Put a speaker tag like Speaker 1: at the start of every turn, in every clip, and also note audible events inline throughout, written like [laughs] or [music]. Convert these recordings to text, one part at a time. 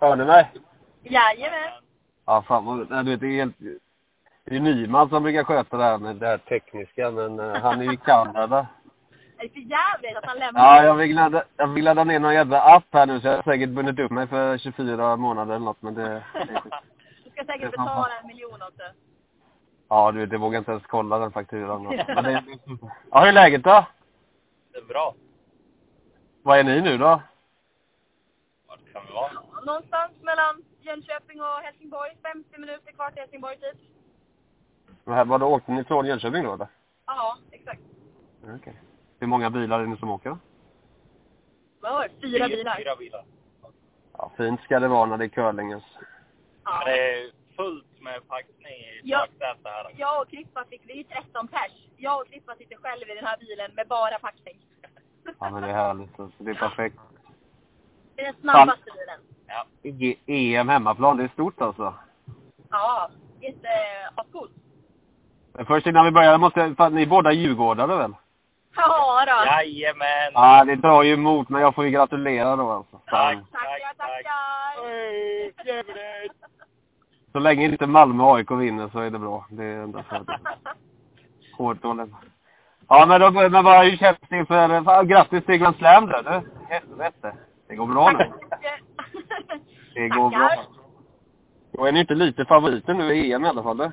Speaker 1: Hör ni mig?
Speaker 2: Jajamän.
Speaker 1: Ja, fan vad... Nej, du vet, det är helt... Det är Nyman som brukar sköta det här, med det här tekniska, men eh, han är ju i [laughs] Kanada.
Speaker 2: Det är för jävligt att han lämnar.
Speaker 1: Ja, jag fick, ladda, jag fick ladda ner någon jävla app här nu så jag har säkert bundit upp mig för 24 månader eller något, men det...
Speaker 2: Du ska säkert betala en miljon åt det.
Speaker 1: Ja, du vet, jag vågar inte ens kolla den fakturan. [laughs] Men det, ja, hur är läget då?
Speaker 3: Det är bra.
Speaker 1: Vad är ni nu då?
Speaker 3: Vart kan vi vara?
Speaker 2: Någonstans mellan Jönköping och Helsingborg. 50 minuter kvar till Helsingborg typ.
Speaker 1: Men här, vadå, åkte ni från Jönköping då eller?
Speaker 2: Ja, exakt.
Speaker 1: Okej. Hur många bilar är det som åker?
Speaker 2: Vad var det? Fyra bilar?
Speaker 3: Fyra bilar.
Speaker 1: Ja, fint ska det vara när det är curlingens.
Speaker 2: Ja.
Speaker 3: Men det är fullt med packning i
Speaker 2: Ja.
Speaker 3: baksätet här.
Speaker 2: Jag och Klippan fick, vi är ju 13 pers. Jag och Klippan sitter själv i den här bilen med bara packning.
Speaker 1: Ja,
Speaker 2: [laughs]
Speaker 1: men det är härligt. alltså. Det är perfekt.
Speaker 2: Det är den snabbaste bilen.
Speaker 3: Ja.
Speaker 1: E- EM hemmaplan, det är stort alltså.
Speaker 2: Ja, jätte... ascoolt.
Speaker 1: Men först innan vi börjar måste jag... fan, Ni är båda djurgårdare väl?
Speaker 2: [laughs] Ja då.
Speaker 3: Jajamän!
Speaker 1: Ja, det tar ju emot, men jag får ju gratulera då alltså.
Speaker 3: Tack.
Speaker 1: Fan.
Speaker 2: Tackar,
Speaker 3: Tack, tack.
Speaker 2: tackar.
Speaker 3: Oj, jävligt.
Speaker 1: Så länge inte Malmö och AIK vinner så är det bra. Det är enda
Speaker 2: [laughs]
Speaker 1: fördelen. Hårt hållet. Ja, men, då, men vad hur känns det för... Fan, grattis till Grand Slam då, du. Helvete. Det går
Speaker 2: [laughs]
Speaker 1: bra nu. Det går bra. Då är ni inte lite favoriter nu i EM i alla fall, du.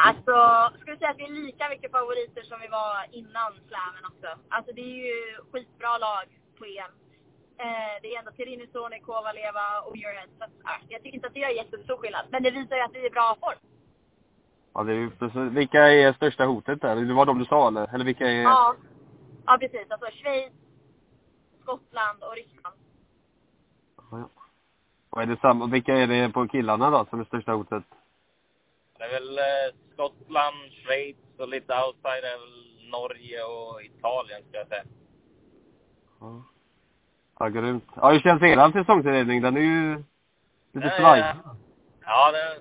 Speaker 2: Alltså, ska vi säga att vi är lika mycket favoriter som vi var innan slammen också. Alltså det är ju skitbra lag på EM. Eh, det är ändå Tirini Soni, Kovaleva och Uran. Så att, ah, jag tycker inte att det gör jättestor skillnad. Men det visar ju att vi är i bra form.
Speaker 1: Ja, det är ju precis. Vilka är största hotet där? Det var de du sa, eller? Eller vilka är...
Speaker 2: Ja. ja, precis. Alltså Schweiz, Skottland och Ryssland.
Speaker 1: Och är det samma? Vilka är det på killarna då, som är största hotet?
Speaker 3: Det är väl eh, Skottland, Schweiz och lite outside är väl Norge och Italien ska jag säga.
Speaker 1: Ja, grymt. Ja, hur känns eran säsongsinledning? Den är ju lite
Speaker 3: Eh,
Speaker 1: svajig.
Speaker 3: Ja, det,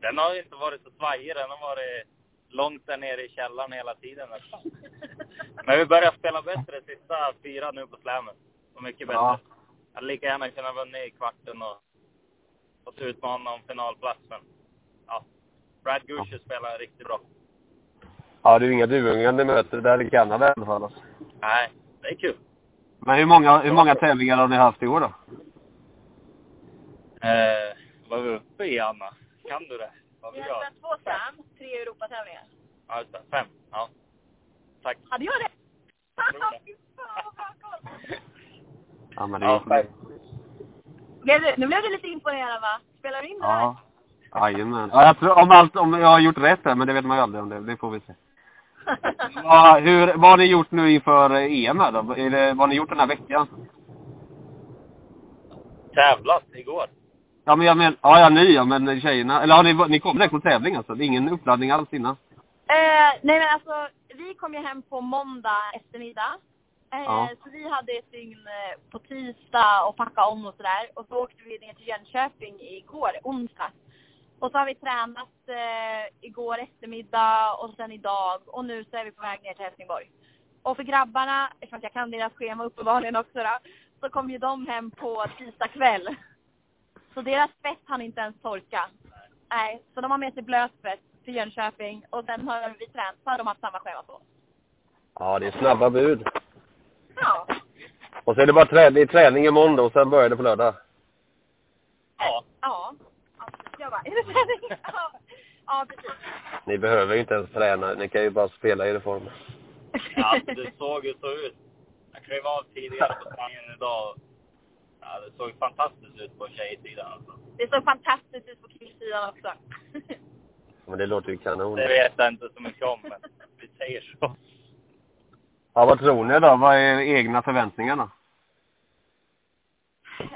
Speaker 3: den har ju inte varit så svajig. Den har varit långt där nere i källaren hela tiden.
Speaker 2: [laughs]
Speaker 3: nästan. Men vi börjar spela bättre sista fyra nu på slammen. Och mycket bättre.
Speaker 1: Ja.
Speaker 3: Hade lika gärna kunnat vara ner i kvarten och fått utmana om finalplatsen. Ja. Brad Gusher spelar riktigt bra.
Speaker 1: Ja, det är ju inga duvungar ni möter där i Kanada i alla fall. Alltså.
Speaker 3: Nej, det är kul.
Speaker 1: Men hur många, hur många tävlingar har ni haft i år då?
Speaker 3: Eh, vad är vi uppe i, Anna? Kan du det? Vad
Speaker 2: Vi
Speaker 3: vi
Speaker 2: har
Speaker 3: gör?
Speaker 2: spelat två slam, tre Europatävlingar.
Speaker 3: Ja, just det. Fem. Ja. Tack.
Speaker 2: Hade jag det?
Speaker 3: tror det.
Speaker 2: [laughs] Fy fan vad bra koll!
Speaker 1: Ja, men
Speaker 3: Ja, fem.
Speaker 2: Blev du- Nu blev du lite imponerad va? Spelar du in det här? [laughs]
Speaker 1: Ja. Jajamän. Ja, jag tror, om, allt, om jag har gjort rätt där, men det vet man ju aldrig om det. Det får vi se. Ja, hur, vad har ni gjort nu inför eh, EM här då? Är det, vad har ni gjort den här veckan?
Speaker 3: Tävlat igår.
Speaker 1: Ja, men jag men, ja, ja, ni ja, men tjejerna. Eller har ni, ni kom direkt på tävling alltså? Det är ingen uppladdning alls innan?
Speaker 2: Eh, nej men alltså, vi kom ju hem på måndag eftermiddag. Eh,
Speaker 1: Ja.
Speaker 2: Så vi hade ett dygn eh, på tisdag och packa om och sådär. Och så åkte vi ner till Jönköping igår, onsdag. Och så har vi tränat eh, igår eftermiddag och sen idag. Och nu så är vi på väg ner till Helsingborg. Och för grabbarna, eftersom jag kan deras schema uppenbarligen också då, så kom ju de hem på tisdag kväll. Så deras tvätt hann inte ens torka. Nej, så de har med sig blötvätt till Jönköping och sen har vi tränat, så har de haft samma schema på.
Speaker 1: Ja, det är snabba bud.
Speaker 2: Ja.
Speaker 1: Och så är det bara träning, träning imorgon då, och sen börjar det på lördag.
Speaker 3: Ja.
Speaker 2: Ja. Absolut. Jag bara, är det träning? Ja, ja precis.
Speaker 1: Ni behöver ju inte ens träna, ni kan ju bara spela i reformen.
Speaker 3: Ja, det såg ju så ut. Jag klev av tidigare på träningen idag. Ja, det såg fantastiskt ut på tjejsidan. Alltså.
Speaker 2: Det såg fantastiskt ut på killsidan också. [laughs]
Speaker 1: Men det låter ju kanon.
Speaker 3: Det vet jag inte så mycket om, men vi säger så.
Speaker 1: Ja, vad tror ni då? Vad är egna förväntningarna?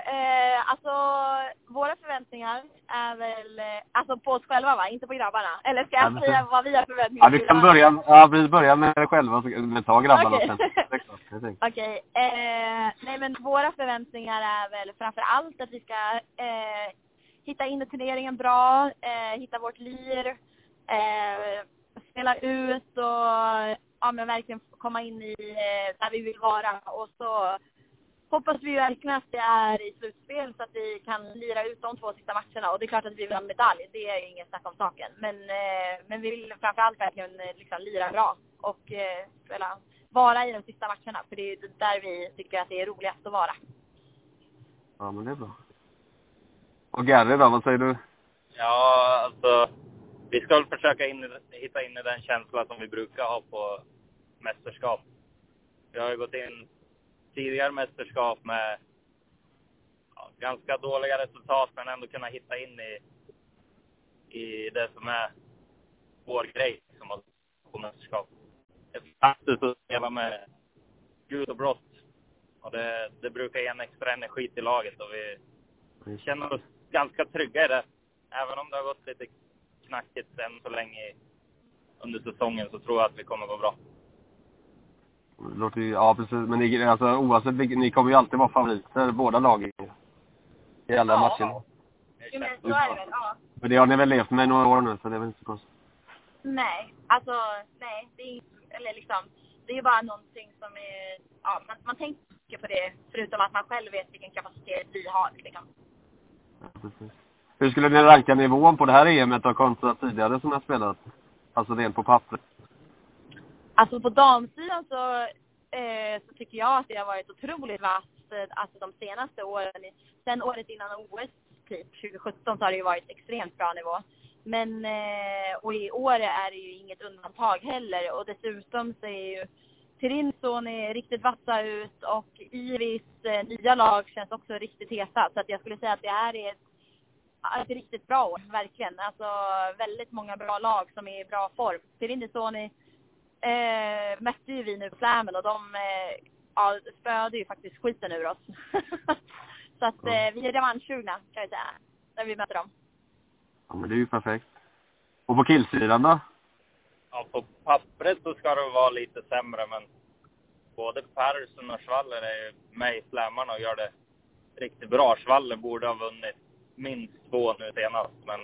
Speaker 2: Eh, alltså, våra förväntningar är väl, eh, alltså på oss själva va, inte på grabbarna. Eller ska
Speaker 1: Ja,
Speaker 2: jag
Speaker 1: men-
Speaker 2: säga vad vi har förväntningar
Speaker 1: Ja, du kan börja, ja, vi börjar med er själva, så- men ta grabbarna
Speaker 2: Okej.
Speaker 1: sen. Det är klart, jag tänker.
Speaker 2: Okej. Eh, nej, men våra förväntningar är väl framför allt att vi ska eh, hitta in i turneringen bra, eh, hitta vårt lir, eh, spela ut och ja, men verkligen komma in i eh, där vi vill vara och så hoppas vi verkligen att det är i slutspel så att vi kan lira ut de två sista matcherna. Och det är klart att vi vill ha medalj, det är inget snack om saken. Men, eh, men vi vill framförallt verkligen eh, liksom lira bra och eh, spela, vara i de sista matcherna. För det är ju där vi tycker att det är roligast att vara.
Speaker 1: Ja, men det är bra. Och Gary då, vad säger du?
Speaker 3: Ja, alltså. Vi ska väl försöka in, hitta in i den känsla som vi brukar ha på mästerskap. Vi har ju gått in tidigare mästerskap med ja, ganska dåliga resultat, men ändå kunna hitta in i, i det som är vår grej som har på mästerskap. Det är fantastiskt att spela med gud och blått. Och det, det brukar ge en extra energi till laget och vi känner oss ganska trygga i det. Även om det har gått lite knackigt än så länge i- under säsongen så tror jag att vi kommer gå bra.
Speaker 1: Det låter ju, ja precis, men ni, alltså, oavsett vilket- ni kommer ju alltid vara favoriter, båda lagen. ju. I alla
Speaker 2: Ja.
Speaker 1: matcher.
Speaker 2: Jo, men så är det väl. Ja.
Speaker 1: Men det har ni väl levt med i några år nu, så det är väl inte så konstigt.
Speaker 2: Nej, alltså nej. Det är, eller liksom, det är ju bara någonting som är... Ja, man, man tänker på det förutom att man själv vet vilken kapacitet vi har. Liksom.
Speaker 1: Ja, precis. Hur skulle ni ranka nivån på det här EMet och kontra tidigare som ni har spelat? Alltså rent på papper.
Speaker 2: Alltså på damsidan så, eh, så tycker jag att det har varit otroligt vasst eh, alltså de senaste åren. Sen året innan OS, typ 2017, så har det ju varit extremt bra nivå. Men, eh, och i år är det ju inget undantag heller och dessutom så är ju Tirin son är riktigt vassa ut och Iris eh, nya lag känns också riktigt heta. Så att jag skulle säga att det här är ett, ett riktigt bra år, verkligen. Alltså väldigt många bra lag som är i bra form. Tirin son är eh, mötte ju vi nu på Flämen och de eh, ja, spöade ju faktiskt skiten ur oss. [laughs] så att eh, vi är revanschsugna kan jag säga, när vi möter dem.
Speaker 1: Ja, men det är ju perfekt. Och på killsidan då?
Speaker 3: Ja, på pappret så ska det vara lite sämre, men både Persson och Schwaller är ju med i slammarna och gör det riktigt bra. Schwaller borde ha vunnit minst två nu senast, men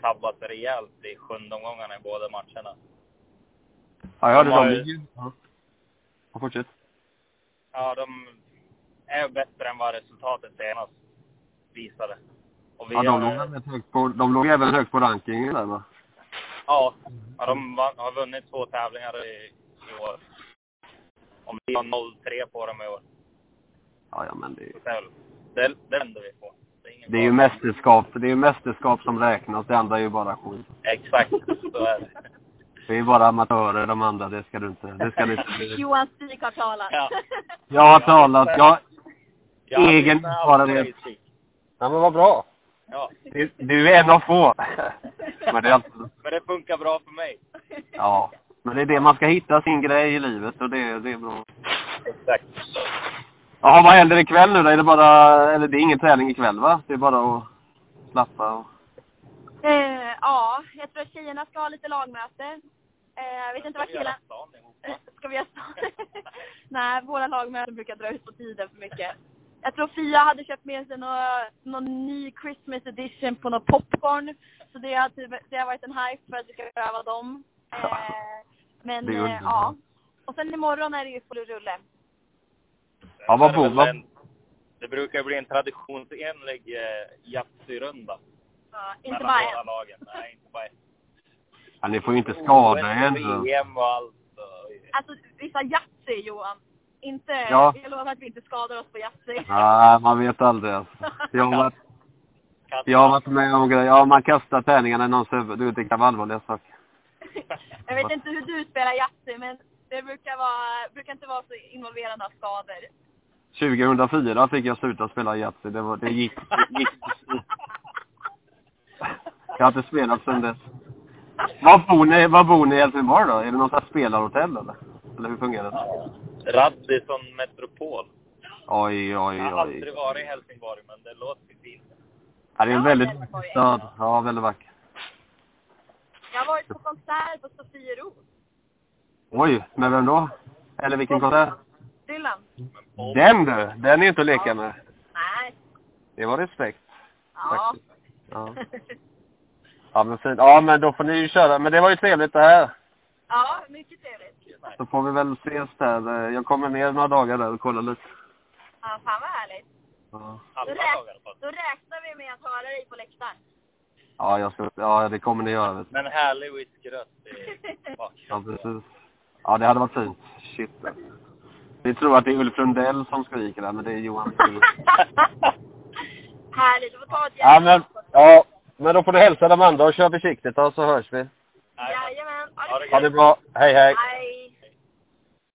Speaker 3: tabbat rejält i sjunde omgångarna i båda matcherna.
Speaker 1: Ja, jag hörde
Speaker 3: De har
Speaker 1: dem.
Speaker 3: ju-
Speaker 1: Ja. Ja, fortsätt.
Speaker 3: Ja, de är bättre än vad resultatet senast visade. Och vi
Speaker 1: Ja, de
Speaker 3: har-
Speaker 1: låg, även högt på, de låg även högt på rankingen där va?
Speaker 3: Ja,
Speaker 1: Mm.
Speaker 3: ja de vann, har vunnit två tävlingar i, i år. Om vi har 0-3 på dem i år.
Speaker 1: Ja, ja men det,
Speaker 3: så är väl- Det, det vänder vi på. Det är, ingen
Speaker 1: det är ju
Speaker 3: fara.
Speaker 1: mästerskap. Det är ju mästerskap som räknas. Det andra är ju bara skit.
Speaker 3: Exakt, så är det.
Speaker 1: Det är bara amatörer de andra. Det ska du inte... Det ska du inte bli.
Speaker 2: Johan Stig har talat.
Speaker 3: Ja.
Speaker 1: Jag har talat. Jag...
Speaker 3: Jag hade
Speaker 1: Egen
Speaker 3: inte haft
Speaker 1: erfarenhet.
Speaker 3: statistik.
Speaker 1: Ja, men vad bra.
Speaker 3: Ja,
Speaker 1: Du, du är en av få. [laughs] Men det är alltid...
Speaker 3: men det funkar bra för mig.
Speaker 1: Ja. Men det är det, man ska hitta sin grej i livet och det, det är bra.
Speaker 3: Exakt.
Speaker 1: Jaha, vad händer ikväll nu då? Är det bara... Eller det är ingen träning ikväll va? Det är bara att slappa och...
Speaker 2: [laughs] Eh, ja, jag tror att tjejerna ska ha lite lagmöte. Eh, jag vet inte vad killarna... [laughs] Ska vi göra så? Nej, våra lagmöten brukar dra ut på tiden för mycket. Jag tror Fia hade köpt med sig några, någon ny Christmas edition på någon popcorn. Så det har, typ, det har varit en hype för att vi ska pröva dem. Eh, men
Speaker 1: Det är
Speaker 2: eh,
Speaker 1: underbart.
Speaker 2: ja. Och sen imorgon är det ju full rulle.
Speaker 1: Ja, vad
Speaker 3: Det är väl
Speaker 1: bra.
Speaker 3: en- Det brukar bli en traditionsenlig eh, Yatzy-runda.
Speaker 2: Ja, inte
Speaker 3: mellan
Speaker 2: bara
Speaker 3: båda
Speaker 2: en.
Speaker 3: lagen. Nej, inte bara en.
Speaker 1: Ja, ni får ju inte skada er
Speaker 3: OS,
Speaker 1: nu.
Speaker 3: VM och allt. och-
Speaker 2: Alltså, vi sa Yatzy Johan. Inte,
Speaker 1: Ja.
Speaker 2: Jag lovar att vi inte skadar oss på Yatzy.
Speaker 1: [laughs] Nej, man vet aldrig alltså. Jag har varit,
Speaker 3: Katt-
Speaker 1: jag har varit med om grejer. Ja, man kastar tärningarna i någons huvud. Du vet, det kan vara alltså. allvarliga saker.
Speaker 2: [laughs] Jag vet inte hur du spelar Yatzy, men det brukar, vara, brukar inte vara så involverande av skador.
Speaker 1: 2004 fick jag sluta spela Yatzy. Det, var, det gick, det gick. Jag har inte spelat sedan dess. Var bor ni, var bor ni i Helsingborg då? Är det något slags spelarhotell eller? Eller hur fungerar det?
Speaker 3: Radisson Metropol.
Speaker 1: Oj, oj,
Speaker 3: Jag har
Speaker 1: oj.
Speaker 3: aldrig varit i Helsingborg, men det låter fint.
Speaker 1: Ja, det är en väldigt vacker stad. Ja, väldigt vacker.
Speaker 2: Jag har varit på konsert på Sofiero.
Speaker 1: Oj, med vem då? Eller vilken konsert?
Speaker 2: Dylan.
Speaker 1: Den du! Den är inte att leka med.
Speaker 2: Nej.
Speaker 1: Det var respekt.
Speaker 2: Ja.
Speaker 1: Ja. ja, men fint. Ja, men då får ni ju köra. Men det var ju trevligt det här.
Speaker 2: [laughs] ja, mycket trevligt.
Speaker 1: Så får vi väl ses där. Jag kommer ner några dagar där och kollar lite.
Speaker 2: Ja, fan vad härligt.
Speaker 1: Ja.
Speaker 2: Då,
Speaker 3: Alla dagar i alla fall.
Speaker 2: räk- då räknar vi med att höra dig
Speaker 1: [laughs]
Speaker 2: på läktaren. [laughs]
Speaker 1: Ja, jag ska, ja, det kommer ni göra. Vet du.
Speaker 3: Men härlig whiskyröst i
Speaker 1: Ja,
Speaker 3: bakgrunden.
Speaker 1: precis. Ja, det hade varit fint. Shit. alltså. Vi tror att det är Ulf Lundell som skriker där, men det är Johan.
Speaker 2: härligt, du får ta ett
Speaker 1: [laughs] ja, men, ja, men då får du hälsa de andra och kör försiktigt, då, så hörs vi.
Speaker 3: Nej,
Speaker 2: Jajamän,
Speaker 3: Ha
Speaker 2: ha
Speaker 3: det
Speaker 2: det
Speaker 1: Ha
Speaker 2: gött.
Speaker 1: det bra. Hej, hej.
Speaker 2: Hej.